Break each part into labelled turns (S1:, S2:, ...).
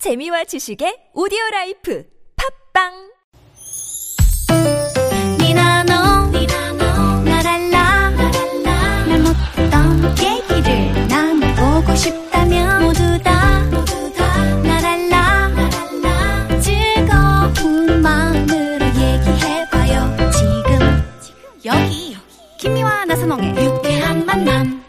S1: 재미와 지식의 오디오 라이프 팝빵
S2: 니나노 나랄라 날 못했던 얘기를 나눠보고 싶다면 모두 다 나랄라 즐거운 마음으로 얘기해봐요 지금 여기 김미와 나선홍의 유쾌한 만남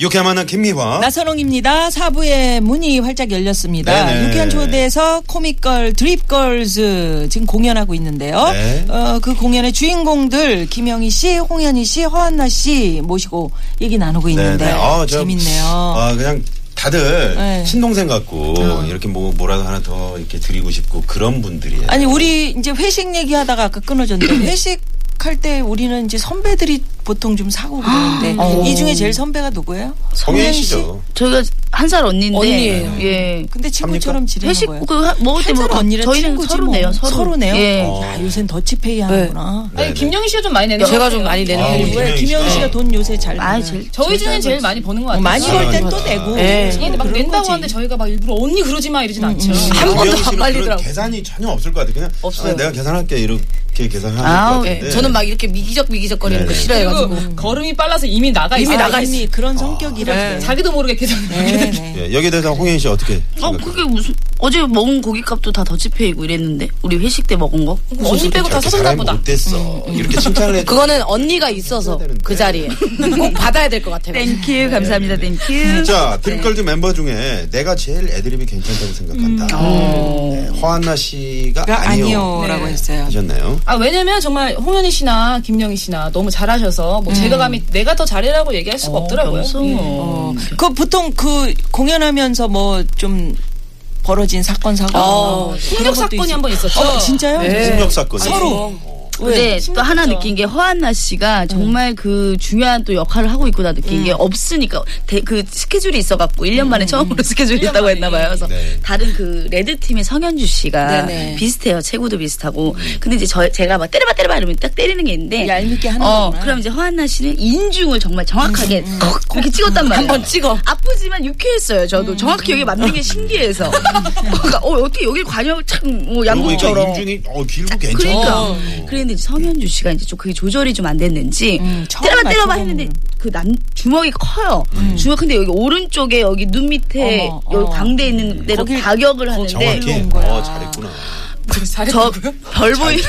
S3: 유쾌한 만남 김미화.
S4: 나선홍입니다. 사부의 문이 활짝 열렸습니다.
S3: 네네.
S4: 유쾌한 초대에서 코믹걸 드립걸즈 지금 공연하고 있는데요.
S3: 네.
S4: 어, 그 공연의 주인공들 김영희 씨, 홍현희 씨, 허한나 씨 모시고 얘기 나누고 있는데
S3: 어, 저,
S4: 재밌네요.
S3: 아, 그냥 다들
S4: 네.
S3: 신동생 같고 이렇게 뭐 뭐라도 하나 더 이렇게 드리고 싶고 그런 분들이에요.
S4: 아니 우리 이제 회식 얘기하다가 아까 끊어졌는데 회식 할 때 우리는 이제 선배들이 보통 좀 사고 그러는데
S5: 아, 어.
S4: 이 중에 제일 선배가 누구예요?
S3: 성현 씨죠.
S5: 저희가 한 살 언니인데
S4: 언니예요.
S5: 예.
S4: 근데 친구처럼 지내는
S5: 회식
S4: 거예요.
S5: 그 하- 먹을 때
S4: 한살
S5: 뭐,
S4: 언니랑
S5: 저희는
S4: 친구지
S5: 서로네요.
S4: 뭐.
S5: 서로.
S4: 서로네요.
S5: 예.
S3: 아.
S4: 야, 요새는 더치페이 하는구나.
S3: 네네.
S6: 아니 김영희 씨가 좀 많이 내는
S7: 제가
S6: 것
S7: 좀
S6: 같아요. 네.
S7: 많이 내는
S3: 아,
S7: 편이에요.
S4: 그리고
S3: 김영희
S4: 김영희
S3: 씨가.
S4: 씨가 돈 요새 잘 벌어요.
S5: 아, 제
S6: 저희 중엔 제일 많이 버는 것
S4: 어,
S6: 같아요.
S4: 많이
S6: 예,
S4: 벌 땐 또 내고.
S7: 예.
S6: 근데 막
S4: 그런
S6: 낸다고
S4: 거지.
S6: 하는데 저희가 막 일부러 언니 그러지 마 이러진 않죠.
S7: 음, 한 번도
S3: 성현
S7: 안
S3: 씨는 그런
S7: 말리더라고.
S3: 계산이 전혀 없을 것 같아. 그냥
S7: 없어요.
S3: 아, 내가 계산할게 이렇게 계산하는
S5: 아우, 어,
S3: 것
S4: 네.
S7: 예.
S3: 같은데.
S7: 저는 막 이렇게 미기적 미기적 거리는 거
S3: 네네.
S7: 싫어해가지고.
S6: 그리고 걸음이 빨라서 이미 나가
S7: 이미
S6: 있어요.
S7: 나가
S4: 아, 이미 그런 성격이라.
S7: 네.
S6: 자기도 모르게 계속
S4: 네, 네.
S3: 예, 여기에 대해서 홍현 씨 어떻게?
S5: 어,
S3: 생각해요?
S5: 그게 무슨, 어제 먹은 고깃값도 다 더치페이고 이랬는데, 우리 회식 때 먹은 거?
S6: 언니 빼고
S3: 저렇게
S6: 다 서준다
S3: 사람이
S6: 보다.
S3: 못됐어. 이렇게 칭찬을 해.
S7: 그거는 언니가 있어서
S3: 되는데.
S7: 그 자리에 꼭 받아야 될 것 같아요.
S4: 네,
S5: 땡큐, 감사합니다, 땡큐.
S3: 자, 드림걸즈 멤버 중에 내가 제일 애드립이 괜찮다고 생각한다. 네, 허한나 씨가
S4: 그러니까
S3: 아니요.
S4: 아니요라고 했어요.
S3: 하셨나요?
S6: 아 왜냐면 정말 홍현희 씨나 김영희 씨나 너무 잘하셔서
S7: 음.
S6: 뭐 제가 감히 내가 더 잘해라고 얘기할 수가 없더라고요. 예.
S5: 어,
S4: 그 보통 그 공연하면서 뭐 좀 벌어진 사건 사고.
S7: 어,
S6: 폭력 사건이 한 번 있었죠.
S4: 어, 진짜요?
S3: 폭력 어. 사건.
S4: 서로.
S5: 근데 네, 또 하나 느낀 게 허한나 씨가 정말 그 중요한 또 역할을 하고 있구나 느낀 게 없으니까 대- 그 스케줄이 있어갖고 1년 만에 처음으로 스케줄이
S6: 년
S5: 있다고
S6: 만에.
S5: 했나 봐요. 그래서
S3: 네.
S5: 다른 그 레드팀의 성현주 씨가
S4: 네네.
S5: 비슷해요. 체구도 비슷하고.
S3: 음.
S5: 근데 이제 저, 제가 막 때려봐 때려봐 이러면 딱 때리는 게 있는데.
S4: 얄밉게 하는
S5: 어,
S4: 거구나.
S5: 그럼 이제 허한나 씨는 인중을 정말 정확하게 콕 거기 찍었단 말이에요.
S7: 한번 찍어.
S5: 아프지만 유쾌했어요. 저도 정확히 여기 맞는 게 신기해서. 그러니까 어, 어떻게 여기 관여 참 뭐,
S3: 그리고 이게
S5: 양복처럼.
S3: 인중이 어 길고 괜찮아. 어.
S5: 그러니까 그랬는데 이제 성현주 씨가 이제 좀 그게 조절이 좀 안 됐는지
S4: 음, 처음
S5: 때려봐 때려봐
S4: 맞춰보는
S5: 했는데 그 남 주먹이 커요.
S3: 음.
S5: 주먹 근데 여기 오른쪽에 여기 눈 밑에
S4: 어머,
S5: 여기
S4: 어.
S5: 광대 있는 데로
S4: 거길
S5: 가격을 하는데
S3: 정확히.
S4: 온 거야.
S3: 어 잘했구나.
S5: 저 별 보이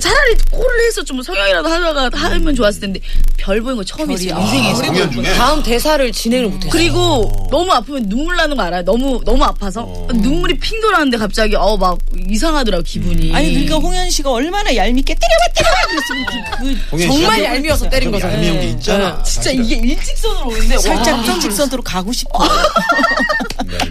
S5: 차라리 골을 해서 좀 성형이라도 하다가 하면 좋았을 텐데 별 보인 거 처음이지 인생에서.
S3: 공연 중에
S7: 다음 대사를 진행을 못해요.
S3: 어.
S5: 그리고 너무 아프면 눈물 나는 거 알아요? 너무 너무 아파서 눈물이 핑 돌았는데 갑자기 어 막 이상하더라고 기분이.
S4: 아니 그러니까 홍현 씨가 얼마나 얄밉게 때려봐 때려봐 그랬으면 그, 그
S3: 공연
S7: 정말
S3: 시작이
S7: 얄미워서 때린
S3: 좀
S7: 거잖아요.
S3: 얄미운 게
S5: 어,
S3: 있잖아.
S5: 네,
S7: 진짜
S3: 사실은.
S7: 이게 일직선으로 오는데
S4: 살짝 일직선으로 가고 싶어.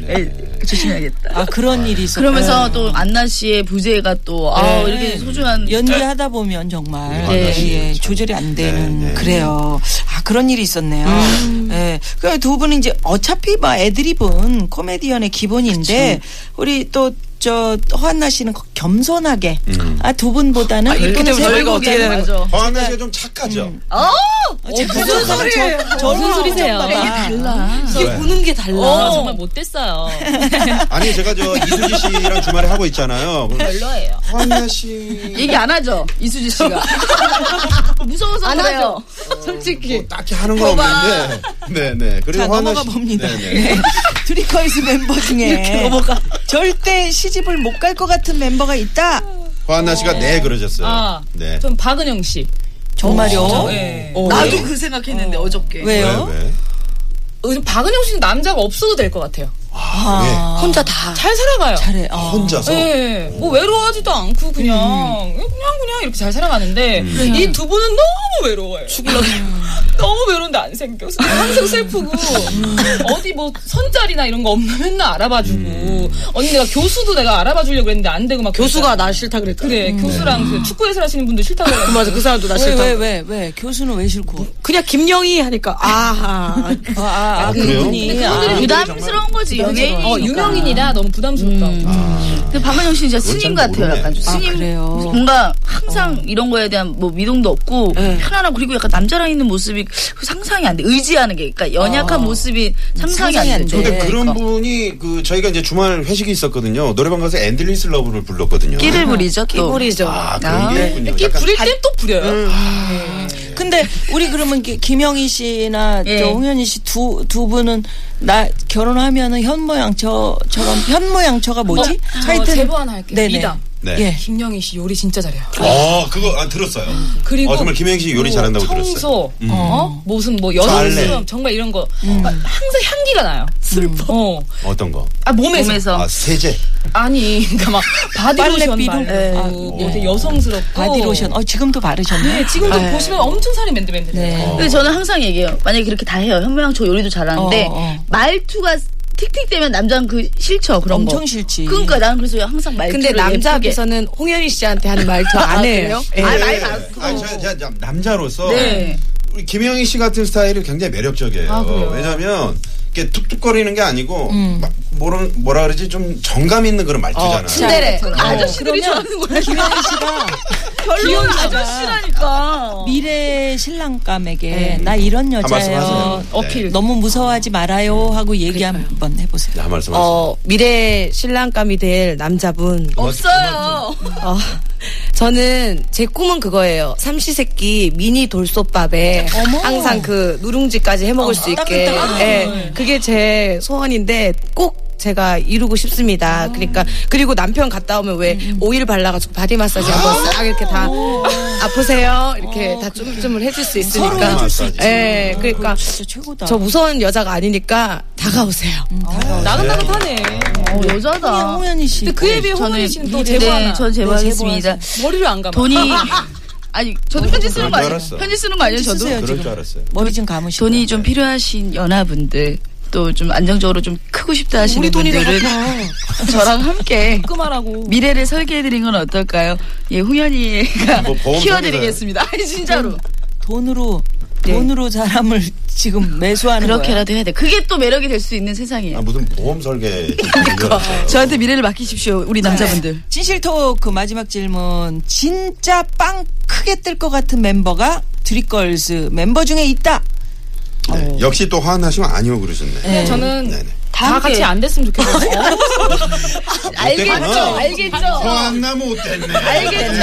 S3: 네, 네.
S5: 조심해야겠다. 네.
S4: 아 그런 일이 네. 있어.
S5: 그러면서 또 안나 씨의 부재가 또 아,
S4: 네.
S5: 이렇게 소중한
S4: 연기하다 보면 정말
S3: 네.
S4: 예, 예,
S3: 그렇죠.
S4: 조절이 안 되는
S3: 네, 네.
S4: 그래요. 아 그런 일이 있었네요.
S7: 음.
S4: 예. 그러니까 두 분은 이제 어차피 막 애드립은 코미디언의 기본인데
S7: 그렇죠.
S4: 우리 또 저 허한나 씨는 겸손하게
S3: 음.
S4: 아 두 분보다는
S7: 이렇게 되면
S4: 또는
S7: 저희가 어떻게 되는 거죠?
S3: 허한나 씨가 좀 착하죠.
S4: 어, 무슨 소리예요? 무슨 소리세요?
S5: 네.
S7: 이게 보는 게 달라.
S6: 아, 정말 못됐어요.
S3: 아니 제가 저 이수지 씨랑 주말에 하고 있잖아요. 별로예요. 허한나 씨
S5: 얘기 안 하죠 이수지 씨가 무서워서
S7: 안
S5: 그래요.
S7: 하죠. 솔직히.
S3: 뭐 딱히 하는 건 없는데. 네네. 그리고
S4: 자
S3: 허한나
S4: 넘어가
S3: 씨-
S4: 봅니다.
S3: 네네.
S4: 드리커이즈 멤버 중에
S7: 넘어가.
S4: 절대 시집을 못 갈 것 같은 멤버가 있다.
S3: 허한나 씨가 네 그러셨어요.
S6: 아,
S3: 네.
S6: 좀 박은영 씨.
S4: 정말요?
S6: 예.
S5: 나도 그 생각했는데 어. 저께
S3: 어, 왜
S4: 왜요?
S3: 왜?
S6: 요즘 박은영 씨는 남자가 없어도 될 것 같아요.
S7: 혼자 다.
S6: 잘 살아가요.
S4: 잘해.
S3: 왜?
S4: 어.
S3: 혼자서.
S6: 예, 뭐 외로워하지도 않고 그냥 그냥 그냥 이렇게 잘 살아가는데 이 두 분은 너무 외로워요. 음. 음. 죽으려고 너무 외로운데 안 생겨서 항상 슬프고 어디 뭐 선자리나 이런 거 없나 맨날 알아봐주고 언니 내가 교수도 내가 알아봐주려고 했는데 안 되고 막
S7: 교수가 나 싫다 그랬다.
S6: 그래 교수랑 그 축구 해설 하시는 분들 싫다고
S7: 그
S6: 그래가지고
S7: 맞아. 그 사람도 나
S4: 왜,
S7: 싫다.
S4: 왜, 왜, 왜? 교수는 왜 싫고?
S7: 그냥 김영희 하니까 아하.
S4: 아, 아, 아,
S3: 그래요?
S4: 그분이. 아,
S5: 부담스러운 거지
S6: 그 연예인, 어, 유명인이라 너무 부담스럽다고. 아,
S5: 근데 박은영 씨 진짜
S3: 그건
S5: 스님
S3: 잘
S5: 같아요. 약간 좀
S3: 모르네.
S5: 스님.
S4: 그래요?
S5: 뭔가 항상 이런 거에 대한 뭐 미동도 없고
S4: 네.
S5: 편안하고 그리고 약간 남자랑 있는 모습이 그 상상이 안 돼. 의지하는 게 그러니까 연약한 모습이 상상이
S4: 상상이
S5: 안
S4: 안
S5: 돼.
S4: 돼.
S3: 근데
S4: 네,
S3: 그런 분이 그 저희가 이제 주말 회식이 있었거든요. 노래방 가서 엔들리스 러브를 불렀거든요.
S5: 끼를 부리죠. 또.
S7: 뿌리죠.
S3: 아 그런 게 있군요.
S6: 이렇게
S3: 약간
S6: 부릴 땐 또 부려요.
S4: 근데 우리 그러면 기- 김영희 씨나
S5: 예.
S4: 저 홍현희 씨 두 두 분은 나 결혼하면은 현모양처처럼 현모양처가 뭐지?
S7: 저
S4: 하여튼
S7: 제보 하나 아, 어, 할게요.
S4: 네네.
S7: 미담.
S3: 네.
S4: 예.
S6: 아,
S7: 김영희 씨 요리 진짜 잘해요.
S3: 어 그거 아, 들었어요.
S7: 그리고
S3: 어, 정말 김혜영 씨 요리
S7: 뭐
S3: 잘한다고 들었어요. 음.
S6: 청소, 어? 무슨 뭐
S3: 잘래.
S6: 여성스러움, 정말 이런 거.
S7: 음.
S6: 막 항상 향기가 나요. 슬퍼. 어.
S3: 어떤 거?
S6: 아, 몸에서.
S5: 몸에서
S3: 아 세제.
S6: 아니, 그러니까 막 바디로션
S4: 빨래비누?
S7: 네.
S6: 바르고 되게 여성스럽고.
S4: 바디로션. 어 지금도 바르셨네. 네.
S6: 네, 지금도 보시면 엄청 살이
S7: 네.
S6: 맨들맨들해요.
S5: 근데 저는 항상 얘기해요. 만약에 그렇게 다 해요. 현모양 저 요리도 잘하는데
S4: 어, 어.
S5: 말투가 틱틱대면 남자는 그 싫죠. 그런 거.
S4: 엄청 싫지.
S5: 그러니까 나는 그래서 항상 말투를
S7: 근데 남자
S5: 예쁘게.
S7: 앞에서는 홍현희 씨한테 하는 말투 안 해요. 예.
S5: 아,
S3: 예,
S5: 말
S3: 예.
S5: 많고.
S3: 아니, 저, 저, 저 남자로서
S5: 네.
S3: 우리 김영희 씨 같은 스타일이 굉장히 매력적이에요. 왜냐하면 이렇게 툭툭거리는 게 아니고 막 뭐라 뭐라 그러지 좀 정감 있는 그런 말투잖아요.
S5: 네.
S6: 그 아저씨들이 좋아하는 거예요.
S4: 김영희 씨가
S6: 결론 아저씨라니까.
S4: 미래 신랑감에게 나 이런 여자예요.
S3: 말씀하세요.
S6: 어필.
S4: 너무 무서워하지 말아요 하고 얘기 한번 해보세요.
S3: 네, 한 말씀 하세요.
S7: 어, 미래 신랑감이 될 남자분.
S6: 없어요.
S7: 어, 저는 제 꿈은 그거예요. 삼시세끼 미니 돌솥밥에 항상 그 누룽지까지 해
S6: 어,
S7: 먹을 수 있게.
S4: 따끈따끈하게.
S7: 예, 그게 제 소원인데 꼭 제가 이루고 싶습니다.
S6: 아.
S7: 그러니까 그리고 남편 갔다 오면 왜
S6: 음.
S7: 오일 발라가지고 바디 마사지 한번 싹 이렇게 다
S6: 어.
S7: 아프세요 이렇게 다 쫌쫌을 해줄 수
S3: 서로
S7: 있으니까.
S3: 마사지. 네.
S7: 예, 그러니까
S4: 진짜 최고다.
S7: 저 무서운 여자가 아니니까 다가오세요. 어,
S3: 아,
S6: 나긋나긋하네.
S5: 어, 여자다.
S4: 홍현희 씨. 네.
S6: 근데 그에 비해 홍은희 씨는 또 제보
S5: 네,
S6: 하나.
S5: 전 제보하겠습니다.
S6: 머리를 안 감아.
S5: 돈이 아니 저도 편지 쓰는
S3: 그런 줄
S5: 거 아니에요?
S3: 네, 알았어.
S5: 편지 쓰는 거 아니에요? 저도
S4: 쓰세요,
S3: 그럴
S4: 지금.
S3: 줄 알았어요.
S4: 머리 좀 감으시고.
S5: 돈이 좀 필요하신 연하분들 또 좀 안정적으로 좀 크고 싶다 하시는
S7: 우리 돈이
S5: 분들은 저랑 함께
S6: 깔끔하라고.
S5: 미래를 설계해드린 건 어떨까요? 예, 홍현이가
S3: 뭐 보험
S5: 키워드리겠습니다. 아니 진짜로
S4: 돈으로 돈으로 사람을 지금 매수하는 거야.
S5: 그렇게라도 해야 돼. 그게 또 매력이 될 수 있는 세상이에요.
S3: 아, 무슨 보험 설계. 그러니까.
S5: 저한테 미래를 맡기십시오, 우리 남자분들.
S4: 진실 토크 그 마지막 질문. 진짜 빵 크게 뜰 것 같은 멤버가 드립걸스 멤버 중에 있다.
S3: 네. 역시 또 화나시면 아니요 그러셨네.
S6: 그냥 저는
S3: 네네.
S6: 다 같이 안 됐으면 좋겠어요.
S3: 알겠죠.
S6: 알겠죠.
S3: 화나 못됐네.
S6: 알겠죠.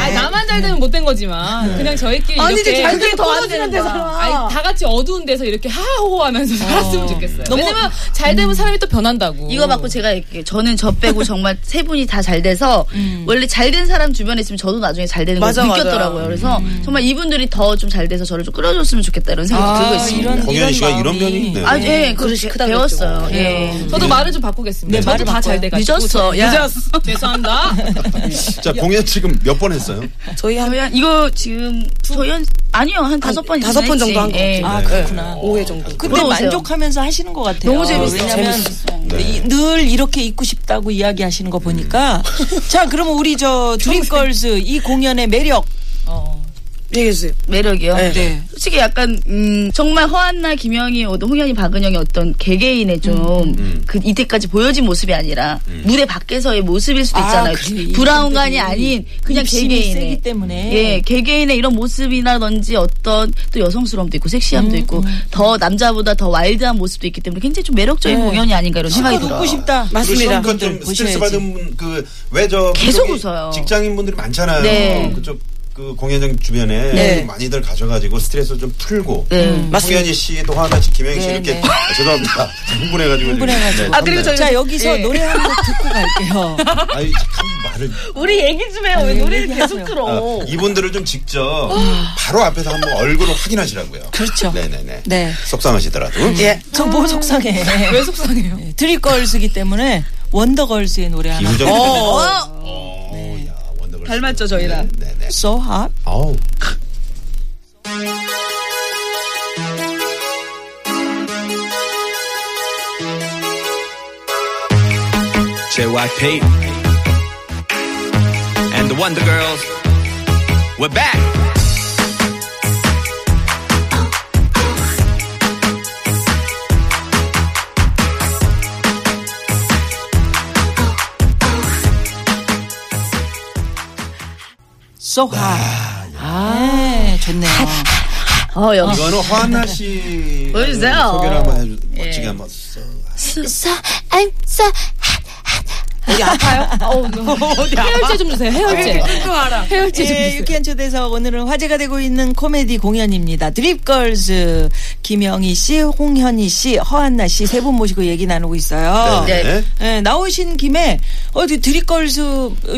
S6: 아 나만 잘 되면 못된 거지만 그냥 저희끼리
S7: 네. 아니,
S6: 이렇게
S7: 이제 잘 되면 더안
S6: 떨어지는
S7: 되는 거야.
S6: 데서. 아니, 다 같이 어두운 데서 이렇게 하하호하면서 살았으면 좋겠어요. 왜냐면 잘 되면 사람이 또 변한다고.
S5: 이거 받고 제가 이렇게 저는 저 빼고 정말 세 분이 다 잘 돼서 원래 잘 된 사람 주변에 있으면 저도 나중에 잘 되는 걸
S7: 맞아, 맞아.
S5: 느꼈더라고요. 그래서 정말 이분들이 더 좀 잘 돼서 저를 좀 끌어줬으면 좋겠다 이런 생각이 들고 있습니다.
S4: 이런
S3: 공연이 씨가
S4: 마음이.
S3: 이런 면이 있네요.
S5: 아, 예, 아, 그렇게 배웠어요. 예.
S6: 저도 말을 좀 바꾸겠습니다. 저도
S4: 말을
S6: 다 잘 돼가지고.
S5: 네, 늦었어, 야.
S6: 늦었어. 죄송합니다.
S3: 자, 공연 지금 몇 번 했어요?
S7: 저희 한
S5: 저희 한, 이거 지금, 저희 한, 아니요, 한 다섯 번 예.
S7: 다섯 번 정도 한것 같아요.
S3: 네.
S4: 아 그렇구나.
S7: 5회 정도.
S4: 근데
S5: 물어보세요.
S4: 만족하면서 하시는 것 같아요.
S5: 너무 재밌어요.
S4: 왜냐면 이- 늘 이렇게 입고 싶다고 이야기하시는 거 보니까 자 그러면 우리 저 드림걸스 이 공연의 매력
S7: 얘기해 주세요.
S5: 매력이요.
S4: 네.
S5: 솔직히 약간 음, 정말 허한나, 김영희, 오든 홍현희, 박은영의 어떤 개개인의 좀 그 이때까지 보여진 모습이 아니라 무대 밖에서의 모습일 수도
S4: 아,
S5: 있잖아요.
S4: 그래. 이
S5: 브라운관이
S4: 분들이
S5: 아닌 그냥
S4: 입심이
S5: 개개인의
S4: 세기 때문에.
S5: 예 개개인의 이런 모습이라든지 어떤 또 여성스러움도 있고 섹시함도
S4: 음,
S5: 있고 더 남자보다 더 와일드한 모습도 있기 때문에 굉장히 좀 매력적인
S4: 네.
S5: 공연이 아닌가 이런 생각이
S4: 한번
S5: 들어요.
S4: 웃고 싶다.
S7: 맞습니다.
S3: 그리고 실컷
S4: 분들
S3: 좀 스트레스
S4: 보셔야지.
S3: 받은 분, 그, 왜 저.
S5: 계속
S3: 그쪽에
S5: 웃어요.
S3: 직장인 분들이 많잖아요.
S5: 네.
S3: 그쪽 그 공연장 주변에
S7: 네.
S3: 많이들 가셔가지고 스트레스 좀 풀고.
S5: 네.
S4: 음.
S3: 홍현희 씨도 화나 씨, 김영희 씨
S4: 네,
S3: 이렇게.
S4: 네.
S3: 아, 죄송합니다. 흥분해가지고.
S4: 흥분해가지고.
S3: 아, 그리고 저.
S4: 자 예. 여기서 노래 한 곡 듣고 갈게요.
S3: 아이, 참 말을.
S5: 우리 얘기 좀 해요.
S4: 왜 노래를 계속
S5: 들어?
S6: 아,
S3: 어, 이분들을 좀 직접 바로 앞에서 한번 얼굴을 확인하시라고요.
S4: 그렇죠.
S3: 네네네.
S4: 네.
S3: 속상하시더라도.
S4: 예. 저뭐 속상해. 예,
S6: 왜 속상해요?
S4: 드림걸스기 때문에 원더걸스의 노래 하나.
S3: 이우정.
S4: 어,
S3: 어, 야, 원더걸.
S5: 닮았죠, 저희랑?
S3: 네네.
S4: So hot.
S3: 아우.
S8: JYP and the Wonder Girls. We're back.
S4: so hot. 아, 좋네요.
S5: 어, 역시.
S3: 이거는 허한나 씨
S5: 보여주세요.
S3: 소개를 한번 해주 멋지게 한번 써.
S2: So, I'm so hot.
S9: 해열제 좀 주세요.
S5: 아,
S9: 해열제.
S7: 음,
S9: 해열제 좀
S4: 예,
S9: 주세요.
S4: 유쾌한 초대석 오늘은 화제가 되고 있는 코미디 공연입니다. 드립걸즈 김영희 씨, 홍현희 씨, 허한나 씨 세 분 모시고 얘기 나누고 있어요.
S3: 네. 네.
S4: 예, 나오신 김에 어디 드립걸즈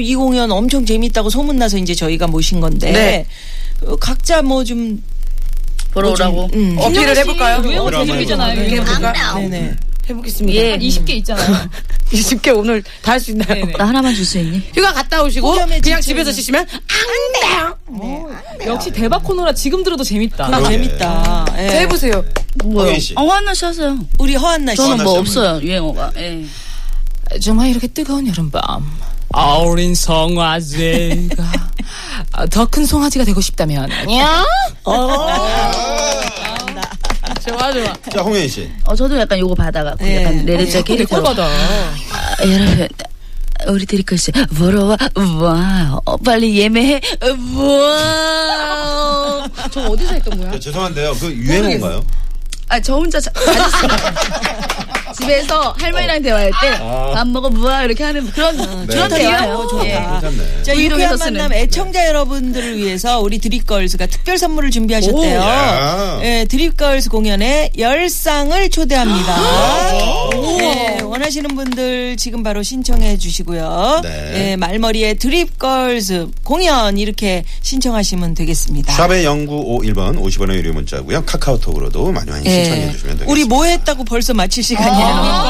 S4: 이 공연 엄청 재밌다고 소문나서 이제 저희가 모신 건데
S7: 네.
S4: 어, 각자 뭐 좀
S5: 보러 오라고.
S4: 음.
S7: 어필을 해볼까요?
S6: 유행어
S3: 그럼
S6: 제대로이잖아요.
S7: 어떻게
S6: 유행어.
S7: 해볼까요?
S4: 네네.
S7: 해보겠습니다.
S5: 예.
S6: 한 20개 있잖아요.
S7: 20개 오늘 다 할 수 있나요?
S6: 네네.
S5: 나 하나만 줄 수 있니?
S7: 휴가 갔다 오시고
S4: 호감에
S7: 그냥
S4: 진짜
S7: 집에서
S4: 있는-
S7: 지시면 안 돼요.
S6: 역시 대박 코너라 지금 들어도 재밌다.
S4: 아, 재밌다. 예.
S7: 자, 해보세요.
S5: 뭐요?
S3: 황인 씨.
S5: 어, 하나 씨 하세요.
S4: 우리 허한나 씨.
S5: 저는
S3: 씨
S5: 뭐
S3: 한번
S5: 없어요, 유행어가. 예.
S9: 정말 이렇게 뜨거운 여름밤 어린 송아지가 더 큰 송아지가 되고 싶다면
S3: 자 홍현 씨.
S5: 어, 저도 약간 요거 받아갖고, 약간 레레자 캐릭터로.
S6: 받아.
S5: 아, 여러분. 우리 드리커씨 보러 와, 와우. 어, 빨리 예매해, 어, 와우.
S9: 저 어디서 했던 거야?
S3: 야, 죄송한데요. 그 유행어인가요?
S5: 아, 저 혼자 자, 앉았어요. 집에서 할머니랑 대화할 때 밥 먹어 뭐야 이렇게 하는 그런 그런
S3: 좋다,
S5: 대화요.
S4: 좋다.
S5: 예.
S3: 괜찮네.
S4: 자,
S5: 브이로그에서
S4: 유쾌한
S5: 쓰는.
S4: 만남 애청자 여러분들을 위해서 우리 드립걸즈가 특별 선물을
S3: 오,
S4: 준비하셨대요.
S3: 야.
S4: 예, 드립걸즈 공연에 열상을
S3: 어,
S4: 초대합니다. 예, 원하시는 분들 지금 바로 신청해 주시고요.
S3: 네.
S4: 예, 말머리에 드립걸즈 공연 이렇게 신청하시면 되겠습니다.
S3: 샵의 0951번 50원의 유료 문자고요. 카카오톡으로도 많이 많이
S4: 예.
S3: 신청해 주시면 되겠습니다.
S4: 우리 뭐 했다고 벌써 마칠 시간이에요.
S5: 아.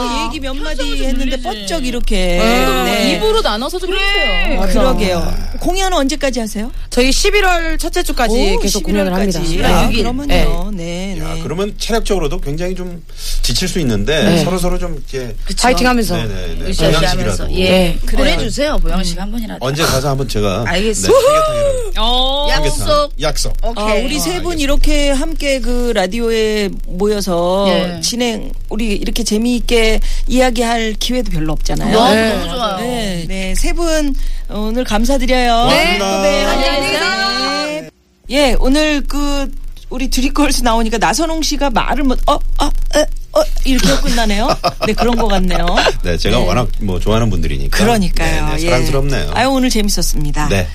S4: 뭐 얘기 몇 마디 했는데 번쩍 이렇게. 네.
S6: 아, 입으로 나눠서 좀 해주세요.
S4: 그러게요. 공연은 언제까지 하세요?
S7: 저희 11월 첫째 주까지
S4: 오,
S7: 계속
S4: 11월
S7: 공연을
S4: 까지.
S7: 합니다.
S4: 아,
S7: 네.
S4: 그러면요. 네. 네.
S3: 야, 아, 그러면 체력적으로도 굉장히 좀 지칠 수 있는데 서로 서로 좀 이렇게
S7: 파이팅 하면서.
S3: 네네네
S5: 으쌰으쌰하면서
S3: 보양식이라도
S5: 예 보내주세요 음. 보양식 한 번이라도
S3: 언제 가서 한번 제가
S5: 알겠습니다.
S3: 네, 삼계탕이라도.
S6: 어.
S5: 약속
S3: 삼계탕. 약속.
S4: 아,
S5: 오케이
S4: 우리 세 분 이렇게 함께 그 라디오에 모여서
S5: 예.
S4: 진행 우리 이렇게 재미있게 이야기할 기회도 별로 없잖아요.
S5: 너무 너무 좋아요
S4: 네, 네, 세 분 오늘 감사드려요.
S3: 고맙습니다.
S4: 네, 안녕히 계세요. 예, 오늘 그 우리 드리걸스 나오니까 나선홍 씨가 말을 못 어, 어, 어, 어 이렇게 끝나네요. 네, 그런 것 같네요.
S3: 네, 제가 워낙 뭐 좋아하는 분들이니까.
S4: 그러니까요.
S3: 네, 네,
S4: 예.
S3: 사랑스럽네요.
S4: 아유, 오늘 재밌었습니다.
S3: 네.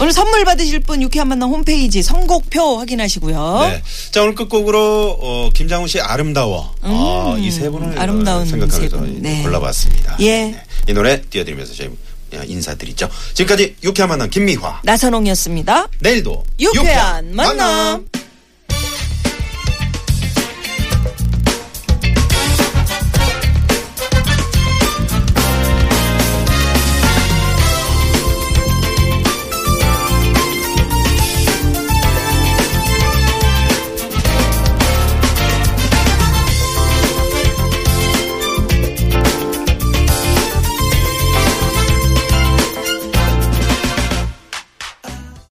S4: 오늘 선물 받으실 분 유쾌한 만남 홈페이지 선곡표 확인하시고요.
S3: 네. 자, 오늘 끝곡으로 어, 김장훈 씨 아름다워. 아, 이 세 분을
S4: 음, 아름다운 세
S3: 생각하면서
S4: 분. 네.
S3: 골라봤습니다.
S4: 예.
S3: 이 노래 띄워드리면서 저희 어, 인사드리죠. 지금까지 유쾌한 만남 김미화.
S4: 나선홍이었습니다.
S3: 내일도
S4: 유쾌한 만남.